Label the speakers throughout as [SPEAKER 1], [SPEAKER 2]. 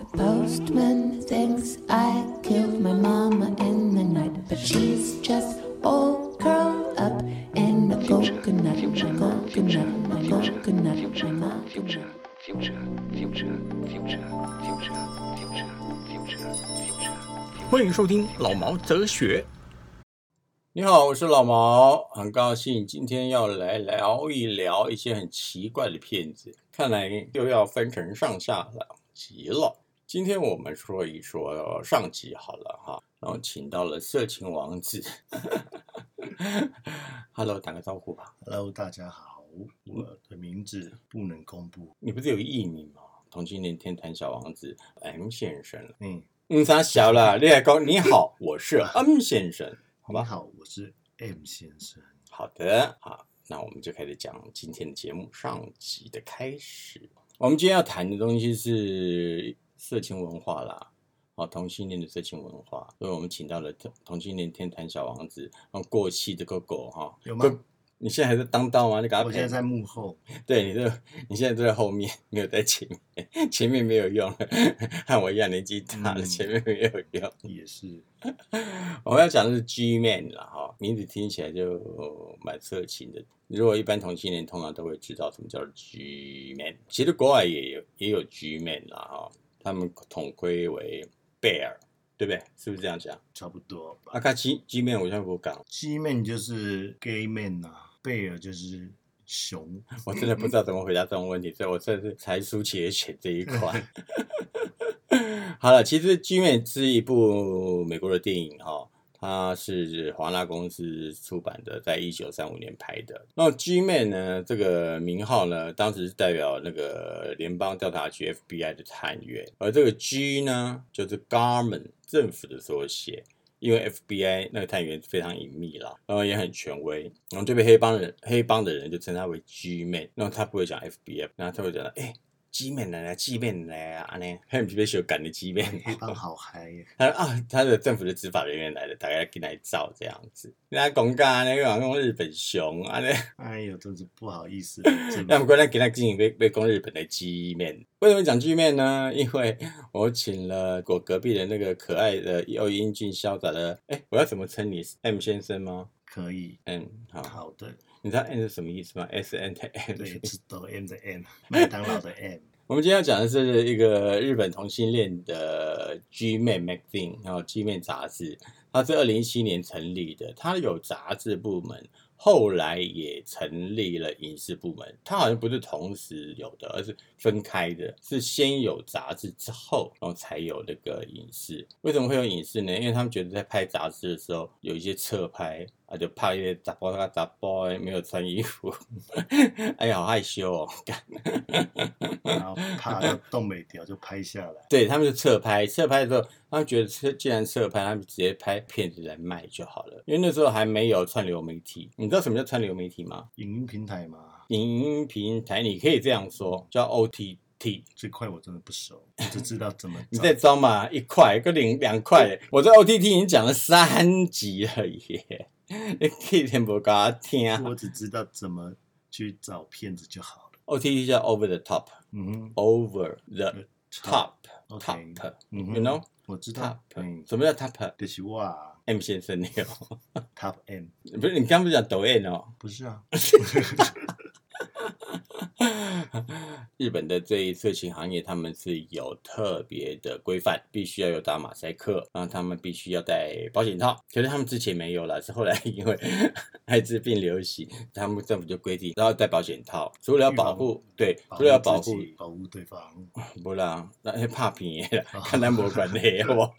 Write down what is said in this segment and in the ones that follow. [SPEAKER 1] The postman thinks I killed my mama in the night, but she's just all curled up in a coconut, a coconut, a coconut, my mama.
[SPEAKER 2] future, future, future, future, future, future, future.
[SPEAKER 3] 欢迎收听老毛哲学。
[SPEAKER 4] 你好，我是老毛，很高兴今天要来聊一聊一些很奇怪的片子，看来又要分成上下两集了。今天我们说一说上集好了哈，然后请到了色情王子 ，Hello，打个招呼吧。
[SPEAKER 5] Hello，大家好，
[SPEAKER 4] 嗯
[SPEAKER 5] 我的名字不能公布。
[SPEAKER 4] 你不是有艺名吗？同性恋天团小王子 M 先生，
[SPEAKER 5] 嗯，
[SPEAKER 4] 嗯，他小了，你也讲你好，我是 M 先生，好
[SPEAKER 5] 你
[SPEAKER 4] 吧？
[SPEAKER 5] 好，我是 M 先生。
[SPEAKER 4] 好的，好，那我们就开始讲今天的节目上集的开始。我们今天要谈的东西是色情文化啦，啊，同性恋的色情文化，所以我们请到了同同性恋天团小王子，然后过气的狗狗哈，
[SPEAKER 5] 有吗
[SPEAKER 4] 狗？你现在还在当道吗？你给他
[SPEAKER 5] 我现在在幕后，
[SPEAKER 4] 对，你这你现在都在后面，没有在前面，前面没有用了， 和我一样年纪大了，
[SPEAKER 5] 嗯
[SPEAKER 4] 前面没有用。
[SPEAKER 5] 也是
[SPEAKER 4] 我要讲的是 G Man 啦，哈，名字听起来就蛮色情的。如果一般同性恋通常都会知道什么叫 G Man，其实国外也有也有 G Man 啦，哈，他们统归为 Bear，对不对？是不是这样讲？
[SPEAKER 5] 差不多吧。
[SPEAKER 4] 阿卡西 G Man 我现在不讲，
[SPEAKER 5] G man 就是 gay man 啊，贝尔就是 熊。
[SPEAKER 4] 我真的不知道怎么回答这种问题，所以我算是才疏学浅这一块。好了，其实《剧面》是一部美国的电影哈、哦，它是华纳公司出版的，在一九三五年拍的。那《G Man》呢，这个名号呢，当时是代表那个联邦调查局 FBI 的探员，而这个 G 呢，就是 Garment 政府的缩写。因为 FBI 那个探员非常隐秘啦，然后也很权威，然后就被黑帮人黑帮的人就称他为 G man，然后他不会讲 FBI，然后他会讲哎、G man 来啊，G man 来啊，安尼， 他们被修赶的 G man，
[SPEAKER 5] 哎黑帮好嗨耶！
[SPEAKER 4] 他说啊，他的政府的执法人员来了，大概给来照这样子，人家讲噶，啊那个讲日本熊，安尼。
[SPEAKER 5] 哎呦，真是不好意思。真
[SPEAKER 4] 那
[SPEAKER 5] 的
[SPEAKER 4] 不过呢，给他进行被被攻日本的鸡面。为什么讲鸡面呢？因为我请了我隔壁的那个可爱的又英俊潇洒的，哎，我要怎么称你？M 先生吗
[SPEAKER 5] 可以，
[SPEAKER 4] ？M 好，
[SPEAKER 5] 好 的，
[SPEAKER 4] 你知道 M 是什么意思吗？S N 的 M。
[SPEAKER 5] 对，知道 M 的 M，麦当劳的 M，
[SPEAKER 4] 我们今天要讲的是一个日本同性恋的 G Man Magazine，然后 G Man 杂志，它是二零一七年成立的，它有杂志部门，后来也成立了影视部门。它好像不是同时有的，而是分开的，是先有杂志之后，然后才有那个影视。为什么会有影视呢？因为他们觉得在拍杂志的时候有一些侧拍。啊，就怕一些杂包杂杂包没有穿衣服， 哎呀，好害羞哦！
[SPEAKER 5] 然后怕他动没掉就拍下来。
[SPEAKER 4] 对他们就侧拍，侧拍的时候，他们觉得这既然侧拍，他们直接拍片子来卖就好了。因为那时候还没有串流媒体，你知道什么叫串流媒体吗？
[SPEAKER 5] 影音平台嘛，
[SPEAKER 4] 影音平台，你可以这样说，叫 OTT。
[SPEAKER 5] 这块我真的不熟，我只知道怎么
[SPEAKER 4] 你
[SPEAKER 5] 找。
[SPEAKER 4] 再招嘛，一块跟零两块，我在 OTT 已经讲了三集了耶，你可以听不给他听啊
[SPEAKER 5] 我只知道怎么去找骗子就好了。
[SPEAKER 4] ？OTT 叫 Over the
[SPEAKER 5] 嗯哼
[SPEAKER 4] Top，Over the Top，Top，You
[SPEAKER 5] OK，嗯哼
[SPEAKER 4] know
[SPEAKER 5] 我知道，
[SPEAKER 4] Top，
[SPEAKER 5] 嗯，
[SPEAKER 4] 什么叫 Top？M
[SPEAKER 5] 就是哇
[SPEAKER 4] 先生你有。
[SPEAKER 5] ，Top M
[SPEAKER 4] 不是你刚不是讲抖音哦？
[SPEAKER 5] 不是 啊，
[SPEAKER 4] 日本的这一色情行业，他们是有特别的规范，必须要有打马赛克，然后他们必须要戴保险套。可是他们之前没有啦，是后来 因为艾滋病流行，他们政府就规定然后戴保险套，除了要保护，对，除了要保
[SPEAKER 5] 自
[SPEAKER 4] 护
[SPEAKER 5] 己，保护对方，
[SPEAKER 4] 不啦，那些怕平的啦，看他没关系，好不 好？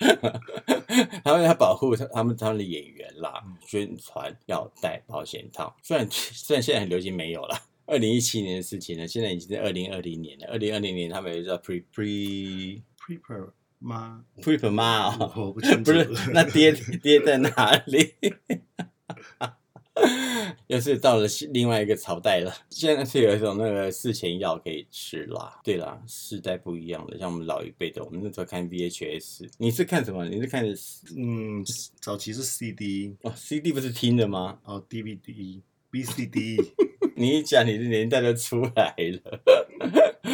[SPEAKER 4] 他们要保护他他们他们的演员啦，宣传要戴保险套。虽然虽然现在很流行没有啦，二零一七年的事情呢，现在已经是二零二零年了。二零二零年他们有叫 pre pre
[SPEAKER 5] prepper 吗？
[SPEAKER 4] pre 嘛、哦，
[SPEAKER 5] 我不清
[SPEAKER 4] 不
[SPEAKER 5] 楚，
[SPEAKER 4] 是，那跌跌在哪里？ 又是到了新另外一个朝代了。现在是有一种那个事前药可以吃啦。对啦，世代不一样了，像我们老一辈的，我们那时候看 VHS，你是看什么？你是看
[SPEAKER 5] 嗯，早期是 CD
[SPEAKER 4] 哦 CD 不是听的吗？
[SPEAKER 5] 哦 DVD、BCD，
[SPEAKER 4] 你一讲你的年代都出来了，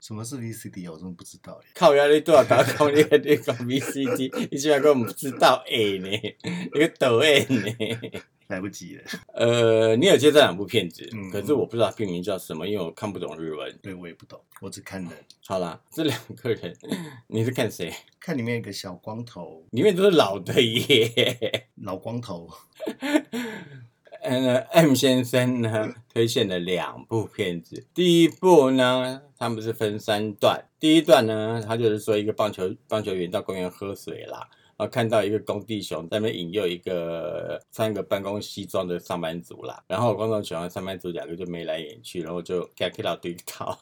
[SPEAKER 5] 什么是 VCD 啊我真的不知道耶。
[SPEAKER 4] 靠压力多少打工那个地方 VCD，你居然跟我们知道哎呢， 一个抖哎呢。
[SPEAKER 5] 来不及了，
[SPEAKER 4] 呃，你有接这两部片子，
[SPEAKER 5] 嗯
[SPEAKER 4] 可是我不知道片名叫什么，因为我看不懂日文。
[SPEAKER 5] 对我也不懂，我只看了
[SPEAKER 4] 好啦，这两个人，你是看谁？
[SPEAKER 5] 看里面有个小光头，
[SPEAKER 4] 里面都是老的耶。
[SPEAKER 5] 老光头，
[SPEAKER 4] 嗯，M 先生呢推荐了两部片子，第一部呢，他们是分三段，第一段呢，他就是说一个棒球棒球员到公园喝水啦。然后啊看到一个工地熊在那边引诱一个穿个办公西装的上班族啦，然后工地熊和上班族两个就眉来眼去，然后就给他老推 倒，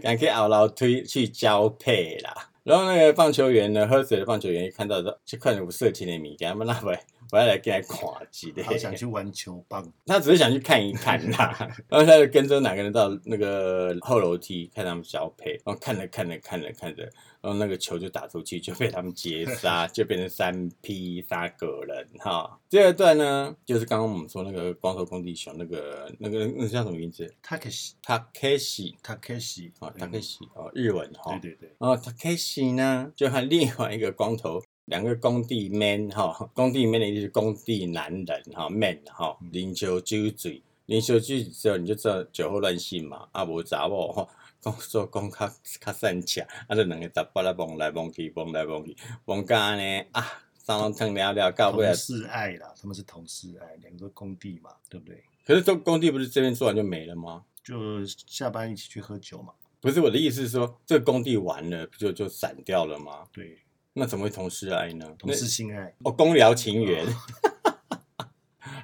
[SPEAKER 4] 赶快熬老推去交配啦。然后那个棒球员呢，喝水的棒球员一看到说，就看有色情的物件，他们那会我要来给他看一下。
[SPEAKER 5] 好想去玩球棒，
[SPEAKER 4] 他只是想去看一看 啦，然后他就跟着哪个人到那个后楼梯看他们交配，然后看着看着看着看着，然后那个球就打出去，就被他们截杀，就变成三 P 杀个人哈。第二段呢，就是刚刚我们说那个光头工地熊那个那个那个叫什么名字
[SPEAKER 5] Takeshi
[SPEAKER 4] ？Takeshi
[SPEAKER 5] Takeshi
[SPEAKER 4] 啊、哦、
[SPEAKER 5] 嗯
[SPEAKER 4] ，Takeshi 哦，日文哈、哦
[SPEAKER 5] 对。对对，
[SPEAKER 4] 然后 Takeshi 呢，就和另外一个光头，两个工地 man 哈、工地 man 的意思是工地男人哈、man 哈、
[SPEAKER 5] 嗯
[SPEAKER 4] 啉酒酒醉，啉酒酒醉之后你就知道酒后乱性嘛，啊无查某哈，讲说讲较较善吃，啊就两个杂巴拉蹦来蹦去，蹦来蹦去，蹦到安尼啊，三龙汤了了，到尾啊
[SPEAKER 5] 同事爱啦，他们是同事爱，两个工地嘛，对不对？
[SPEAKER 4] 可是这工地不是这边做完就没了吗？
[SPEAKER 5] 就下班一起去喝酒嘛，
[SPEAKER 4] 不是我的意思是说，这个工地完了不就就散掉了吗？
[SPEAKER 5] 对，
[SPEAKER 4] 那怎么会同事爱呢？
[SPEAKER 5] 同事性爱，
[SPEAKER 4] 哦，公聊情缘。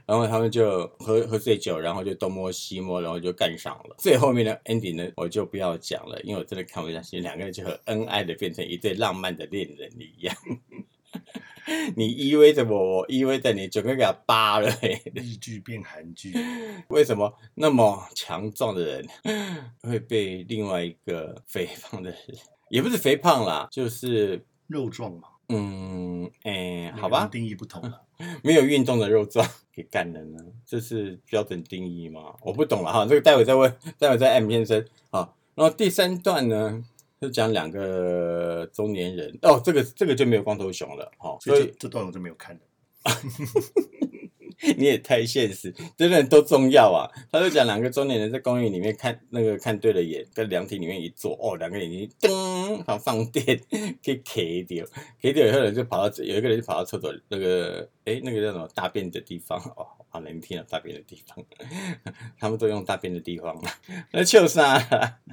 [SPEAKER 4] 然后他们就喝喝醉酒，然后就东摸西摸，然后就干上了。最后面的 ending 呢，我就不要讲了，因为我真的看不下去。两个人就很恩爱的变成一对浪漫的恋人一样。 你依偎着我，我依偎着你，整个给他扒了、欸。
[SPEAKER 5] 日剧变 韩剧，
[SPEAKER 4] 为什么那么强壮的人 会被另外一个肥胖的人，也不是肥胖啦，就是
[SPEAKER 5] 肉壮嘛，
[SPEAKER 4] 嗯，哎、
[SPEAKER 5] 每
[SPEAKER 4] 好
[SPEAKER 5] 个人
[SPEAKER 4] 吧，
[SPEAKER 5] 定义不同 啦。
[SPEAKER 4] 没有运动的肉壮给干人呢？这是标准定义吗？我不懂了哈，这个待会再问，待会再 M 先生啊。然后第三段呢，就讲两个中年人哦，这个这个就没有光头熊了哈、哦，
[SPEAKER 5] 所
[SPEAKER 4] 所以
[SPEAKER 5] 以这这段我就没 有看了。
[SPEAKER 4] 你也太现实，真的都重要啊。他就讲两个中年人在公寓里面看那个看对了眼，在凉亭里面一坐，哦，两个眼睛噔，好放电，给 K 掉，K 掉以后人就跑到有一个人就跑到厕所那个哎那个叫什么大便的地方哦，好难听啊，大便的地方， 他们都用大便的地方，那就啥？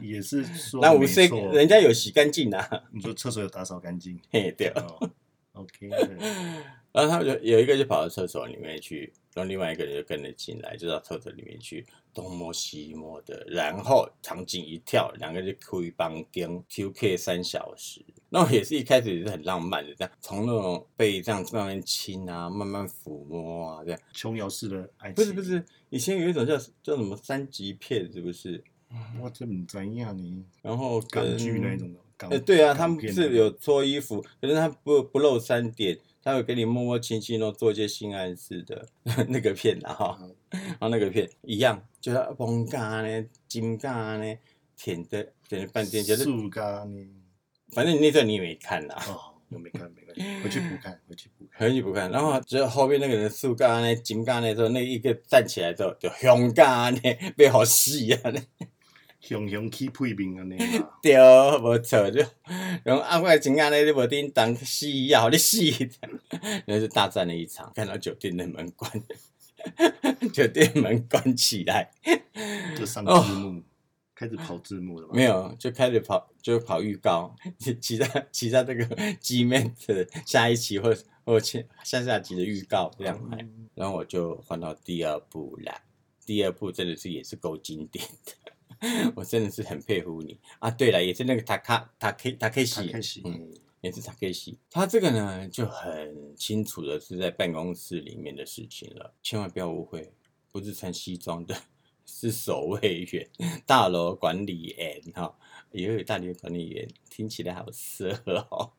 [SPEAKER 5] 也是说
[SPEAKER 4] 那
[SPEAKER 5] 啊没
[SPEAKER 4] 五岁
[SPEAKER 5] 错，
[SPEAKER 4] 人家有洗干净啊，
[SPEAKER 5] 你说厕所有打扫干净，
[SPEAKER 4] 嘿对。
[SPEAKER 5] 哦，OK，对
[SPEAKER 4] 然后他们就有一个就跑到厕所里面去，然后另外一个人就跟着进来，就到厕所里面去东摸西摸的，然后场景一跳，两个人就哭一帮丁 QK 三小时。那我也是一开始也是很浪漫的，这样从那种被这样慢慢亲啊，慢慢抚摸啊，这样
[SPEAKER 5] 琼瑶式的爱情，
[SPEAKER 4] 不是不，是，以前有一种叫叫什么三级片是不是？
[SPEAKER 5] 我这么怎样呢？
[SPEAKER 4] 然后跟
[SPEAKER 5] 啊港剧那一种的，港
[SPEAKER 4] 呃，对啊，他
[SPEAKER 5] 港
[SPEAKER 4] 们
[SPEAKER 5] 片
[SPEAKER 4] 是
[SPEAKER 5] 的
[SPEAKER 4] 有脱衣服，可是他不不露三点，他有给你摸摸亲亲哦，做一些性暗示的 那个片啊哈，
[SPEAKER 5] 嗯呃
[SPEAKER 4] 然后那个片一样，就是崩嘎呢、金嘎呢，舔的舔了半天，就是
[SPEAKER 5] 素咖呢？
[SPEAKER 4] 反正你那段你也没看啦、
[SPEAKER 5] 哦，我没看，没关系，回去补看，回去补看。
[SPEAKER 4] 很久不看，然后只有后面那个人树干呢、金干呢之后，那一个站起来之后就熊干呢， 被好戏啊呢。，
[SPEAKER 5] 熊熊去配面安尼啦
[SPEAKER 4] 对，无错，就然后啊，我的情安尼你无叮当死啊，互你死，然后就大战了一场，看到酒店的门关， 酒店门关起来，
[SPEAKER 5] 就上字幕，开始跑字幕了吧？
[SPEAKER 4] 哦没，有，就开始跑，就跑预告，其他其他这个 G Man 的下一期或或下下下集的预告这样来，
[SPEAKER 5] 嗯
[SPEAKER 4] 然后我就换到第二部啦。第二部真的是也是够经典 的，我真的是很佩服你啊！对了，也是那个塔卡塔克塔克西，
[SPEAKER 5] 他开始，
[SPEAKER 4] 嗯，也是 Takeshi。他这个呢，就很清楚的是在办公室里面的事情了，千万不要误会，不是穿西装的，是守卫员、大楼管理员哈。也有大楼管理员，听起来好色哦。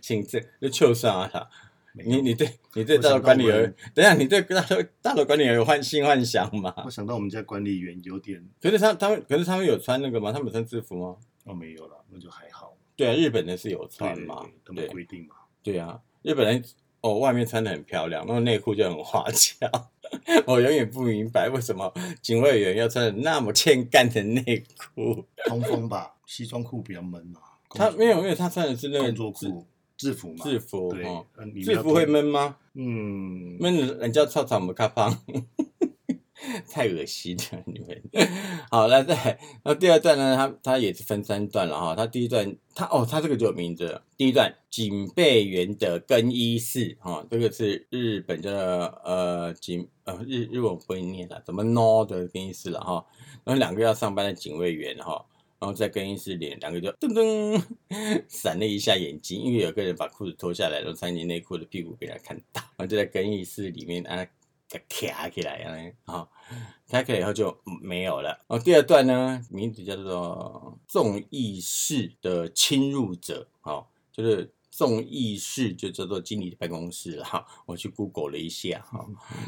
[SPEAKER 4] 请这那就算了啦，
[SPEAKER 5] 没
[SPEAKER 4] 你
[SPEAKER 5] 有
[SPEAKER 4] 你对你对
[SPEAKER 5] 我
[SPEAKER 4] 大楼
[SPEAKER 5] 想到
[SPEAKER 4] 管理
[SPEAKER 5] 我们
[SPEAKER 4] 员，等一下你对大楼大楼管理员有幻心幻想吗？
[SPEAKER 5] 我想到我们家管理员有点
[SPEAKER 4] 可是他他们可是他们有穿那个吗？他们有穿制服吗？
[SPEAKER 5] 哦，没有了，那就还好。
[SPEAKER 4] 对啊，日本的是有
[SPEAKER 5] 对
[SPEAKER 4] 穿
[SPEAKER 5] 对
[SPEAKER 4] 嘛
[SPEAKER 5] 对，，他们
[SPEAKER 4] 对
[SPEAKER 5] 规定嘛，
[SPEAKER 4] 对啊，日本人哦，外面穿的很漂亮，那内裤就很花俏。 我永远不明白为什么警卫员要穿的那么欠干的内裤。
[SPEAKER 5] 通风吧，西装裤比较闷嘛。工
[SPEAKER 4] 他
[SPEAKER 5] 作
[SPEAKER 4] 没有，因为他穿的是那个
[SPEAKER 5] 工作裤、制服嘛，
[SPEAKER 4] 制服
[SPEAKER 5] 对
[SPEAKER 4] 哦，
[SPEAKER 5] 呃你们
[SPEAKER 4] 制
[SPEAKER 5] 要
[SPEAKER 4] 服会
[SPEAKER 5] 脱
[SPEAKER 4] 闷吗？
[SPEAKER 5] 嗯，
[SPEAKER 4] 闷了人家操场不开放， 太恶心了你们。 好，那再来那第二段呢？它它也是分三段了哈。它第一段，它哦，它这个就有名字了。第一段，警备员的更衣室哈、这个是日本的呃警呃日日文我不会念了，怎么 no 的更衣室了哈。然后两个要上班的警卫员哈。然后在更衣室里，两个就噔噔 闪了一下眼睛，因为有个人把裤子脱下来，然后穿进内裤的屁股被他看到，然后就在更衣室里面啊给卡起来啊，啊、卡起来以后就嗯没有了。哦，第二段呢，名字叫做“众议室的侵入者”，哦，就是众议室就叫做经理的办公室了哈。我去 Google 了一下哈，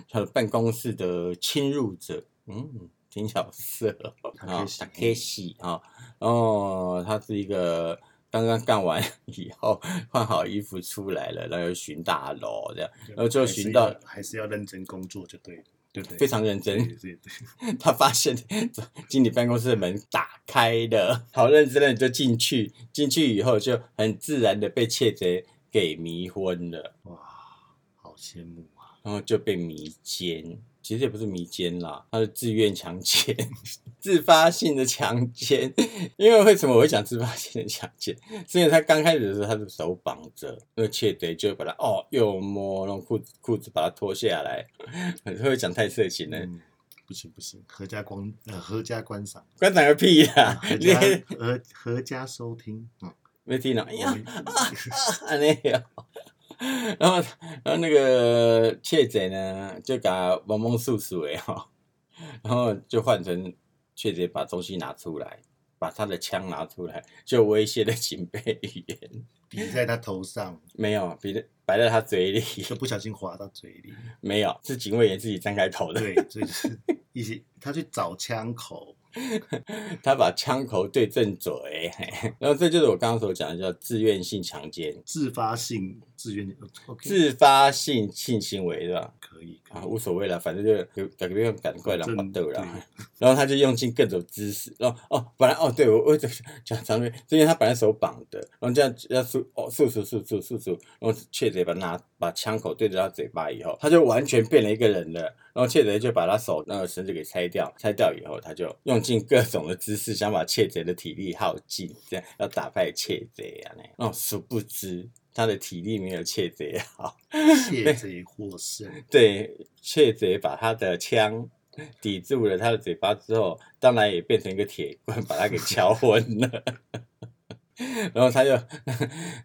[SPEAKER 4] 他的办公室的侵入者，嗯，挺小色哦啊
[SPEAKER 5] Takeshi
[SPEAKER 4] ，Takeshi 啊，哦，他是一个刚刚干完以后换好衣服出来了，然后又巡大楼这样， 然后呃就
[SPEAKER 5] 还是
[SPEAKER 4] 寻
[SPEAKER 5] 要
[SPEAKER 4] 到
[SPEAKER 5] 还是要认真工作就对了，对不对？
[SPEAKER 4] 非常认真
[SPEAKER 5] 对对对，
[SPEAKER 4] 他发现经理办公室的门打开了，好认真的就进去，进去以后就很自然的被窃贼给迷昏了，
[SPEAKER 5] 哇，好羡慕啊！
[SPEAKER 4] 然后就被迷奸。其实也不是迷奸啦，他是自愿强奸， 自发性的强奸。因为为什么我会讲自发性的强奸？是因为他刚开始的时候，他的手绑着，那个窃贼就把他哦，又摸，然后裤子裤子把他脱下来， 会不会讲太色情了？
[SPEAKER 5] 嗯，不行不行，合家观呃合家观赏，
[SPEAKER 4] 观赏个屁 啦！
[SPEAKER 5] 合
[SPEAKER 4] 你
[SPEAKER 5] 家合合家收听啊。
[SPEAKER 4] 没听到？哎呀，
[SPEAKER 5] 我
[SPEAKER 4] 啊，那样。然后，然后那个窃贼呢，就给他蒙蒙素素哎哈，然后就换成窃贼把东西拿出来，把他的枪拿出来，就威胁了警备员。
[SPEAKER 5] 抵在他头上，
[SPEAKER 4] 没有，别的摆在他嘴里，
[SPEAKER 5] 就不小心滑到嘴里。
[SPEAKER 4] 没有，是警卫员自己张开头的。
[SPEAKER 5] 对，所以就是一些他去找枪口，
[SPEAKER 4] 他把枪口对正嘴， 嘿然后这就是我刚刚所讲的叫自愿性强奸、
[SPEAKER 5] 自发性自愿呃，OK，
[SPEAKER 4] 自发性性行为，对吧？
[SPEAKER 5] 可以可
[SPEAKER 4] 啊，
[SPEAKER 5] 以，
[SPEAKER 4] 无所谓了，反正就有改变赶快了，发
[SPEAKER 5] 正
[SPEAKER 4] 豆
[SPEAKER 5] 对
[SPEAKER 4] 啦。然后他就用尽各种姿势，然后哦，本来哦，对我我讲讲长面，因为他本来手绑的，然后这样要速哦速速速速速速，然后窃贼把他拿把枪口对着他嘴巴以后，他就完全变了一个人了。然后窃贼就把他手那个绳子给拆掉，拆掉以后，他就用尽各种的姿势想把窃贼的体力耗尽，这样要打败窃贼啊！那哦，哦殊不知他的体力没有窃贼啊好。
[SPEAKER 5] 窃贼获胜，
[SPEAKER 4] 对，窃贼把他的枪抵住了他的嘴巴之后，当然也变成一个铁棍，把他给敲昏了。 然后他就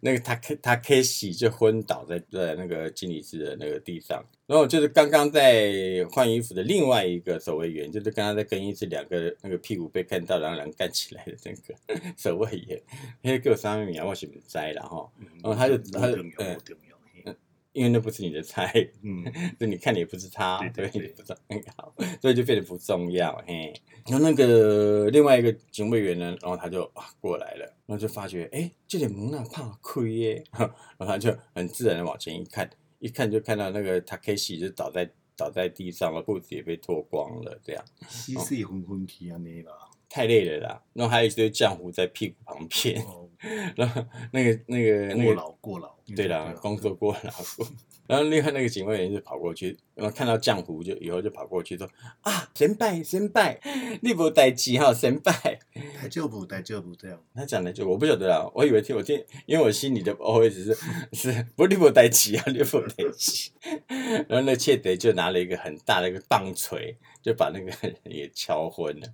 [SPEAKER 4] 那个他他 K 喜就昏倒在在那个经理室的那个地上，然后就是刚刚在换衣服的另外一个守卫员，就是刚刚在更衣室两个那个屁股被看到，然后两个干起来的那个 守卫员，那个三米啊，我是不知道啦哈，
[SPEAKER 5] 然
[SPEAKER 4] 哦他就他就
[SPEAKER 5] 重要，
[SPEAKER 4] 嗯
[SPEAKER 5] 嗯不重要，嘿
[SPEAKER 4] 因为那不是你的菜，
[SPEAKER 5] 嗯，
[SPEAKER 4] 就你看的也不是他，
[SPEAKER 5] 对对
[SPEAKER 4] 所以
[SPEAKER 5] 对
[SPEAKER 4] 你不重要，所以就变得不重要。嘿，然后那个另外一个警卫员呢，然后他就啊过来了，然后就发觉哎，这点蒙娜怕亏耶，然后他就很自然的往前一看，一看就看到那个 Takeshi 就倒在倒在地上了，裤子也被脱光了，这样
[SPEAKER 5] 西西昏昏去安尼啦，
[SPEAKER 4] 太累了啦。然后还有一堆浆糊在屁股旁边，
[SPEAKER 5] 哦，
[SPEAKER 4] 然后那个那个那
[SPEAKER 5] 过
[SPEAKER 4] 个
[SPEAKER 5] 劳过劳，
[SPEAKER 4] 对啦，工作过劳过。然后另外那个警卫员就跑过去，然后看到浆糊就以后就跑过去说啊，神拜神拜，你无代志哈，神拜，
[SPEAKER 5] 大丈夫大丈夫这样。
[SPEAKER 4] 他讲的就我不晓得啊，我以为听我听，因为我心里的 OS 是 是不利不代起啊， 利不代起。然后那窃贼就拿了一个很大的一个棒槌，就把那个人也敲昏了。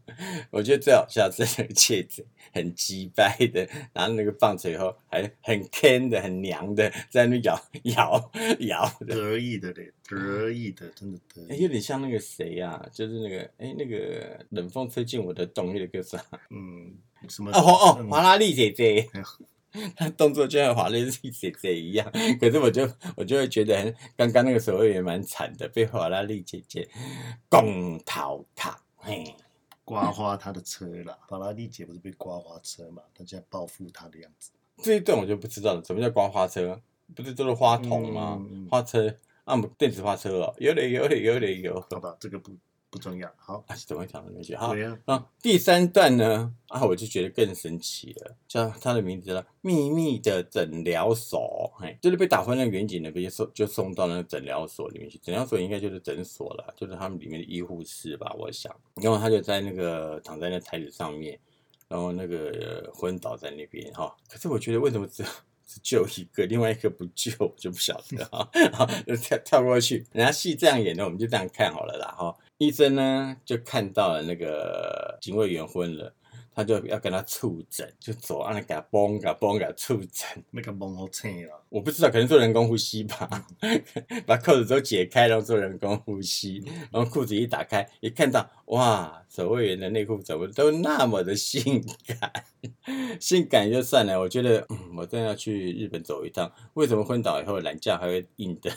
[SPEAKER 4] 我觉得最好笑是那个窃贼很鸡掰的，拿那个棒槌以后还很 can 的、很娘的在那咬咬咬的。
[SPEAKER 5] 得意的
[SPEAKER 4] 嗯
[SPEAKER 5] 嘞，得意的，真的得
[SPEAKER 4] 哎，
[SPEAKER 5] 意。
[SPEAKER 4] 有点像那个谁呀、就是那个哎，那个冷风吹进我的冬那个啥，
[SPEAKER 5] 嗯，什么？
[SPEAKER 4] 哎哦哦，华
[SPEAKER 5] 了。
[SPEAKER 4] 拉丽姐姐
[SPEAKER 5] 嗯哎呦，
[SPEAKER 4] 她动作就像华拉丽姐姐一样， 可是我就我就会觉得很，刚刚那个时候也蛮惨的，被华拉丽姐姐拱头卡，嘿，
[SPEAKER 5] 刮花他的车啦，法拉利姐不是被刮花车嘛？他现在报复他的样子。
[SPEAKER 4] 这一段我就不知道了，什么叫刮花车？不是都是花筒吗？
[SPEAKER 5] 嗯嗯嗯
[SPEAKER 4] 花车啊，不电子花车哦，有嘞有嘞有嘞有，
[SPEAKER 5] 好吧，这个不不重要。好，
[SPEAKER 4] 啊，怎么会讲到那些？好，
[SPEAKER 5] 对呀，
[SPEAKER 4] 啊，第三段呢，啊，我就觉得更神奇了，叫他的名字叫“秘密的诊疗所”，嘿，就是被打昏的远景呢，被送就送到那个诊疗所里面去。诊疗所应该就是诊所了，就是他们里面的医护室吧，我想。然后他就在那个躺在那台子上面，然后那个、呃昏倒在那边哈、可是我觉得为什么只有只救一个，另外一个不救，我就不晓得哈。 好，就跳跳过去，人家戏这样演的，我们就这样看好了啦哈、医生呢就看到了那个警卫员昏了，他就要跟他触诊，就左按给他嘣给他嘣给他触诊。
[SPEAKER 5] 那个蒙好青啊啦，
[SPEAKER 4] 我不知道，可能做人工呼吸吧， 把扣子都解开，然后做人工呼吸，然后裤子一打开，一看到哇，守卫员的内裤怎么都那么的性感， 性感也就算了，我觉得、嗯、我真的要去日本走一趟。为什么昏倒以后懒觉还会硬的？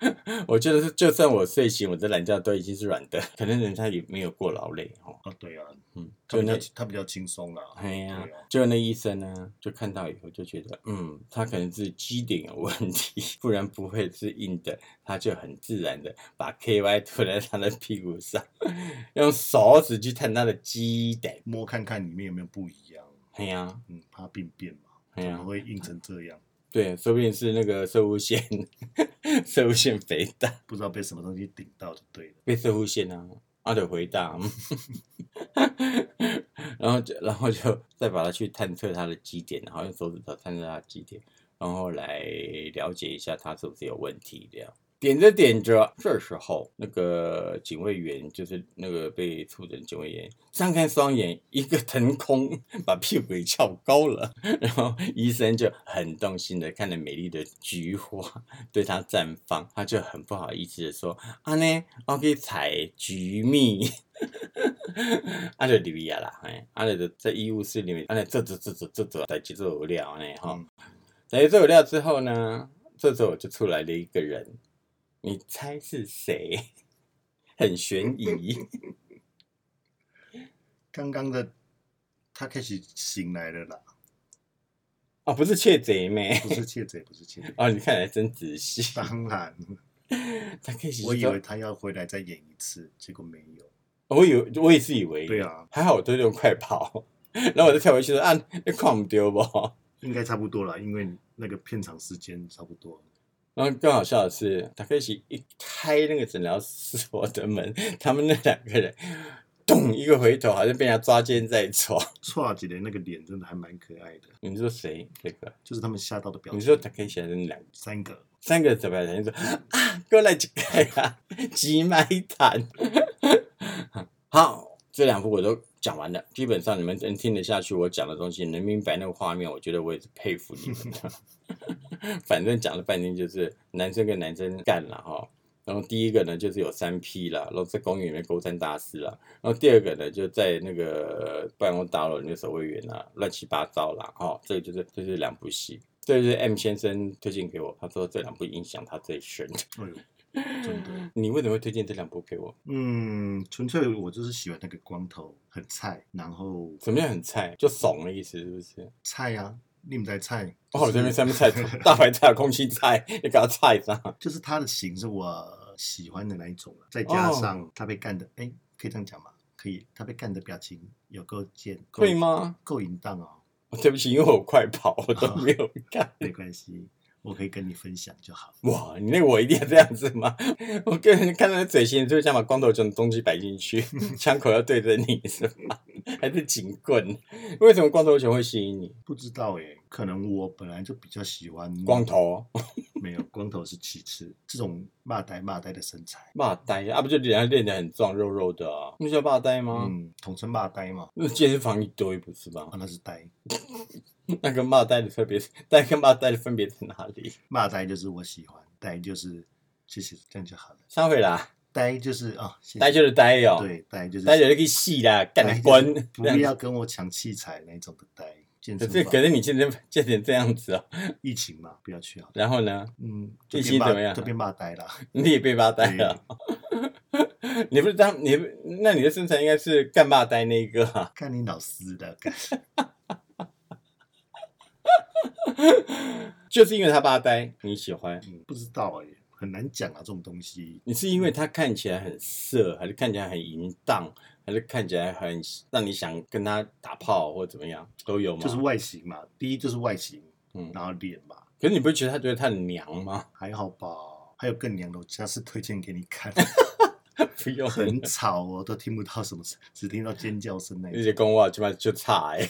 [SPEAKER 4] 我觉得是，就算我睡醒，我的懒觉都已经是软的，可能人家也没有过劳累哦。
[SPEAKER 5] 啊，对啊，
[SPEAKER 4] 嗯，
[SPEAKER 5] 他
[SPEAKER 4] 就
[SPEAKER 5] 比
[SPEAKER 4] 那
[SPEAKER 5] 较他比较轻松啦。
[SPEAKER 4] 哎呀
[SPEAKER 5] 对啊，
[SPEAKER 4] 就那医生呢，就看到以后就觉得，嗯，他可能是机顶有问题， 不然不会是硬的。他就很自然的把 K Y 涂在他的屁股上， 用手指去探他的鸡顶。
[SPEAKER 5] 摸看看里面有没有不一样。
[SPEAKER 4] 哎呀，
[SPEAKER 5] 嗯，怕病变嘛，
[SPEAKER 4] 哎
[SPEAKER 5] 怎
[SPEAKER 4] 呀
[SPEAKER 5] 么会硬成这样？
[SPEAKER 4] 对，说不定是那个射物线， 射物线肥大。
[SPEAKER 5] 不知道被什么东西顶到就对了。
[SPEAKER 4] 被射弧线啊，阿德回答， 然后就然后就再把它去探测它的基点，然后用手指头探测它的基点，然后来了解一下它是不是有问题这样。点着点着，啊这时候那个警卫员就是那个被触诊警卫员，张开双眼，一个腾空，把屁股给翘高了。然后医生就很动心的看着美丽的菊花对她绽放，他就很不好意思的说：“啊呢，我去采菊蜜。 啊就入去啊啦，哎，啊就在医务室里面，啊就做做做做做做，代志做有了呢吼
[SPEAKER 5] 嗯。
[SPEAKER 4] 代志做有了之后呢，这时候就出来了一个人，你猜是谁？很悬 疑。
[SPEAKER 5] 刚刚的他开始醒来了啦，
[SPEAKER 4] 啊，不是窃贼咩？，
[SPEAKER 5] 不是窃贼，不是窃贼
[SPEAKER 4] 哦，你看来真仔细。
[SPEAKER 5] 当然，
[SPEAKER 4] 他可以洗
[SPEAKER 5] 我以
[SPEAKER 4] 澡
[SPEAKER 5] 为他要回来再演一次，结果没有。
[SPEAKER 4] 我以为我也是以为，
[SPEAKER 5] 对啊，
[SPEAKER 4] 还好我都用快跑， 然后我就跳回去说啊，你看不丢不？
[SPEAKER 5] 应该差不多啦，因为那个片场时间差不多。
[SPEAKER 4] 然后更好笑的是，达克西一开那个诊疗所的门，他们那两个人，咚一个回头，好像被人家抓奸在床。
[SPEAKER 5] 唰啊姐的那个脸真的还蛮可爱的，
[SPEAKER 4] 你说谁？这个？
[SPEAKER 5] 就是他们吓到的表
[SPEAKER 4] 你
[SPEAKER 5] 情。
[SPEAKER 4] 说达克西还是那两个？
[SPEAKER 5] 三个，
[SPEAKER 4] 三个 怎么样？你说啊，过来一个啊，急买谈。 好，这两部我都讲完了，基本上你们能听得下去我讲的东西，能明白那个画面，我觉得我也是佩服你们的。 反正讲了半天就是男生跟男生干了哈。然后第一个呢，就是有三 P 啦，然后在公园里面勾三搭四啦。然后第二个呢，就在那个办公大楼里面守卫员啊，乱七八糟啦，哦，这个就是这就是两部戏，这就是 M 先生推荐给我，他说这两部影响他最深。
[SPEAKER 5] 哎呦，真的，
[SPEAKER 4] 你为什么会推荐这两部给我？
[SPEAKER 5] 嗯，纯粹我就是喜欢那个光头，很菜，然后
[SPEAKER 4] 什么叫很菜？就怂的意思是不是？
[SPEAKER 5] 菜啊，你们在菜，
[SPEAKER 4] 哦，我这边
[SPEAKER 5] 就是
[SPEAKER 4] 三面菜， 大白菜、空心菜，你给他菜上。
[SPEAKER 5] 就是他的型是我喜欢的那一种了，再加
[SPEAKER 4] 哦
[SPEAKER 5] 上他被干的，哎、可以这样讲吗？可以，他被干的表情有够贱，够
[SPEAKER 4] 会吗？
[SPEAKER 5] 够淫荡哦，
[SPEAKER 4] 哦对不起，因为我快跑，我都没有看。
[SPEAKER 5] 没关系，我可以跟你分享就好。
[SPEAKER 4] 哇，你那个我一定要这样子吗？我个人看到那嘴型，就想把光头这种东西摆进去，枪口要对着你是吧？ 还是警棍？为什么光头熊会吸引你？
[SPEAKER 5] 不知道哎，可能我本来就比较喜欢
[SPEAKER 4] 光，头
[SPEAKER 5] 没有光头是其次，这种骂呆骂呆的身材，
[SPEAKER 4] 骂呆啊，不就人家练得很壮，肉肉的啊，那叫骂呆吗？
[SPEAKER 5] 嗯，统称骂呆嘛，
[SPEAKER 4] 那健身房一堆不是吧
[SPEAKER 5] 啊？那是呆，
[SPEAKER 4] 那跟骂呆的特别，那跟骂呆的分别在哪里？
[SPEAKER 5] 骂呆就是我喜欢，呆就是谢谢，这样就好了，
[SPEAKER 4] 上回啦，
[SPEAKER 5] 呆就是啊，谢谢
[SPEAKER 4] 呆就是呆哦、
[SPEAKER 5] 对，呆就是
[SPEAKER 4] 呆就是可以细啦，干得
[SPEAKER 5] 呆就是
[SPEAKER 4] 关
[SPEAKER 5] 不
[SPEAKER 4] 这样
[SPEAKER 5] 要跟我抢器材那种的呆，健
[SPEAKER 4] 可
[SPEAKER 5] 身
[SPEAKER 4] 是
[SPEAKER 5] 房
[SPEAKER 4] 可是你健身健成这样子哦、
[SPEAKER 5] 疫情嘛，不要去好了，
[SPEAKER 4] 然后呢，
[SPEAKER 5] 嗯，
[SPEAKER 4] 疫
[SPEAKER 5] 就
[SPEAKER 4] 情
[SPEAKER 5] 变
[SPEAKER 4] 怎么样
[SPEAKER 5] 骂就变骂呆 了，
[SPEAKER 4] 你也被骂呆了。 你不是当你不那你的身材应该是干骂呆那一个啊，
[SPEAKER 5] 看你老师的，干
[SPEAKER 4] 就是因为他骂呆你喜欢，
[SPEAKER 5] 嗯，不知道哎、很难讲啊，这种东西。
[SPEAKER 4] 你是因为他看起来很色，还是看起来很淫荡，还是看起来很让你想跟他打炮或怎么样都有吗？
[SPEAKER 5] 就是外形嘛，第一就是外形，
[SPEAKER 4] 嗯
[SPEAKER 5] 然后脸嘛，
[SPEAKER 4] 可是你不会觉得他觉得他很娘 吗？
[SPEAKER 5] 还好吧。还有更娘的，我下次推荐给你看，
[SPEAKER 4] 不用，
[SPEAKER 5] 很吵哦，都听不到什么声，只听到尖叫声那
[SPEAKER 4] 而
[SPEAKER 5] 一
[SPEAKER 4] 且
[SPEAKER 5] 种，
[SPEAKER 4] 公我基本就啊差呀。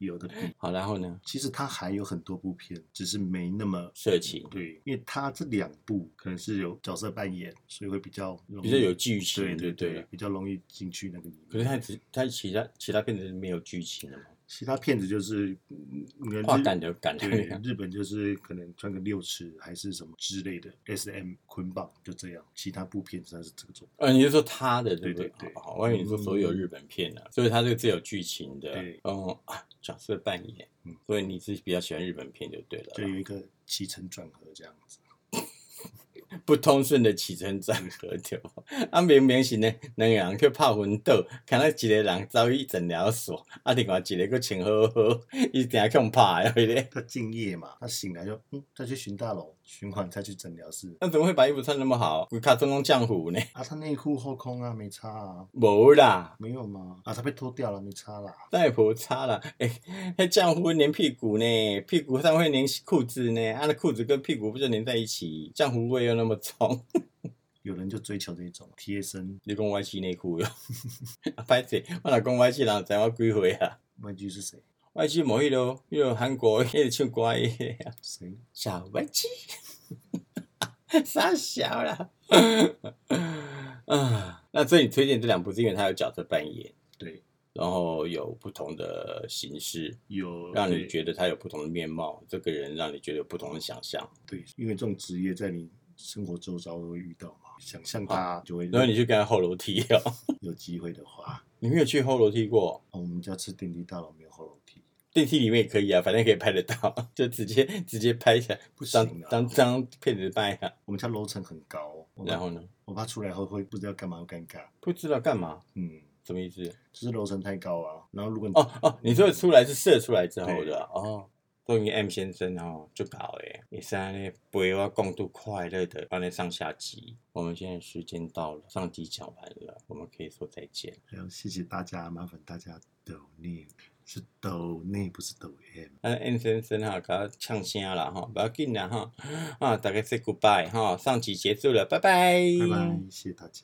[SPEAKER 5] 有的比。
[SPEAKER 4] 好，然后呢？
[SPEAKER 5] 其实他还有很多部片，只是没那么
[SPEAKER 4] 色情
[SPEAKER 5] 对，因为他这两部可能是有角色扮演，所以会比较容易
[SPEAKER 4] 比较有剧情，
[SPEAKER 5] 对
[SPEAKER 4] 对
[SPEAKER 5] 对
[SPEAKER 4] 对。
[SPEAKER 5] 比较容易进去那个里面。
[SPEAKER 4] 可是他只他其他其他片子没有剧情的嘛，
[SPEAKER 5] 其他片子就是，嗯嗯
[SPEAKER 4] 话
[SPEAKER 5] 日
[SPEAKER 4] 感的感
[SPEAKER 5] 对
[SPEAKER 4] 觉，
[SPEAKER 5] 日本就是可能穿个六尺还是什么之类的，S M 捆绑就这样，其他部片算是这个种。
[SPEAKER 4] 呃，你是说他的对不嗯
[SPEAKER 5] 对对对
[SPEAKER 4] 好好，我以为你说所有日本片呢，所以他这个是有剧情的
[SPEAKER 5] 对，
[SPEAKER 4] 嗯啊，角色扮演
[SPEAKER 5] 嗯，
[SPEAKER 4] 所以你是比较喜欢日本片就对啊了
[SPEAKER 5] 就
[SPEAKER 4] 啦，
[SPEAKER 5] 有一个起承转合这样子。
[SPEAKER 4] 不通顺的起承转合对吧？ 啊，明明是呢，两个人去拍昏倒，看到一个人遭遇诊疗所，啊，另外一个佫穿好好， 伊定去啊拍的咧，
[SPEAKER 5] 他敬业嘛，他醒来就嗯，再去巡大楼，巡完再去诊疗室。
[SPEAKER 4] 那怎么会把衣服穿那么好？鬼卡中东浆糊呢？
[SPEAKER 5] 啊，他内裤后空啊，没擦啊，
[SPEAKER 4] 无啦。
[SPEAKER 5] 没有吗？啊，他被脱掉了，没擦啦。
[SPEAKER 4] 那也不差啦，哎、欸，那这样会不会粘屁股呢？屁股上会粘裤子呢？啊，那裤子跟屁股不就粘在一起？这样糊味又那么重，
[SPEAKER 5] 有人就追求这种贴身，
[SPEAKER 4] 你讲歪七内裤哟？ 啊，歹势，我若讲歪七，人知我几岁啊？
[SPEAKER 5] 那句是谁？
[SPEAKER 4] 歪七无迄啰，迄啰韩国迄个唱歌迄个啊，
[SPEAKER 5] 谁？
[SPEAKER 4] 小歪七， 傻小啦。 啊，那所以你推荐这两部是因为它有角色扮演，
[SPEAKER 5] 对，
[SPEAKER 4] 然后有不同的形式。
[SPEAKER 5] 有
[SPEAKER 4] 让你
[SPEAKER 5] 对
[SPEAKER 4] 觉得他有不同的面貌，这个人让你觉得有不同的想象，
[SPEAKER 5] 对，因为这种职业在你生活周遭都会遇到嘛，想象他就会
[SPEAKER 4] 然啊后你去跟他后楼梯哦。
[SPEAKER 5] 有机会的话，
[SPEAKER 4] 你没有去后楼梯过？
[SPEAKER 5] 哦我们家吃电梯大楼没有后楼梯，
[SPEAKER 4] 电梯里面也可以啊，反正可以拍得到， 就直接直接拍起来，
[SPEAKER 5] 不行
[SPEAKER 4] 当
[SPEAKER 5] 啊
[SPEAKER 4] 当当骗子卖啊。
[SPEAKER 5] 我们家楼层很高，哦我
[SPEAKER 4] 然
[SPEAKER 5] 怕
[SPEAKER 4] 后呢？
[SPEAKER 5] 我怕出来后会不知道干嘛会尴尬，
[SPEAKER 4] 不知道干嘛？
[SPEAKER 5] 嗯，
[SPEAKER 4] 什么意思？
[SPEAKER 5] 就是楼层太高啊，然后如果你
[SPEAKER 4] 哦哦，你说的出来是射出来之后
[SPEAKER 5] 对
[SPEAKER 4] 的啊哦。关于 M 先生哦，就搞诶，也是安尼陪我共度快乐的，帮你上下集。我们现在时间到了，上集讲完了，我们可以说再见。
[SPEAKER 5] 还要哎谢谢大家，麻烦大家抖内是抖内不是抖 M，
[SPEAKER 4] 啊，N 先生哈，给我呛声啦哈，不要紧啦哈，啊，大家 say goodbye 哈，上集结束了，拜拜，
[SPEAKER 5] 拜拜，
[SPEAKER 4] 嗯
[SPEAKER 5] 谢谢大家。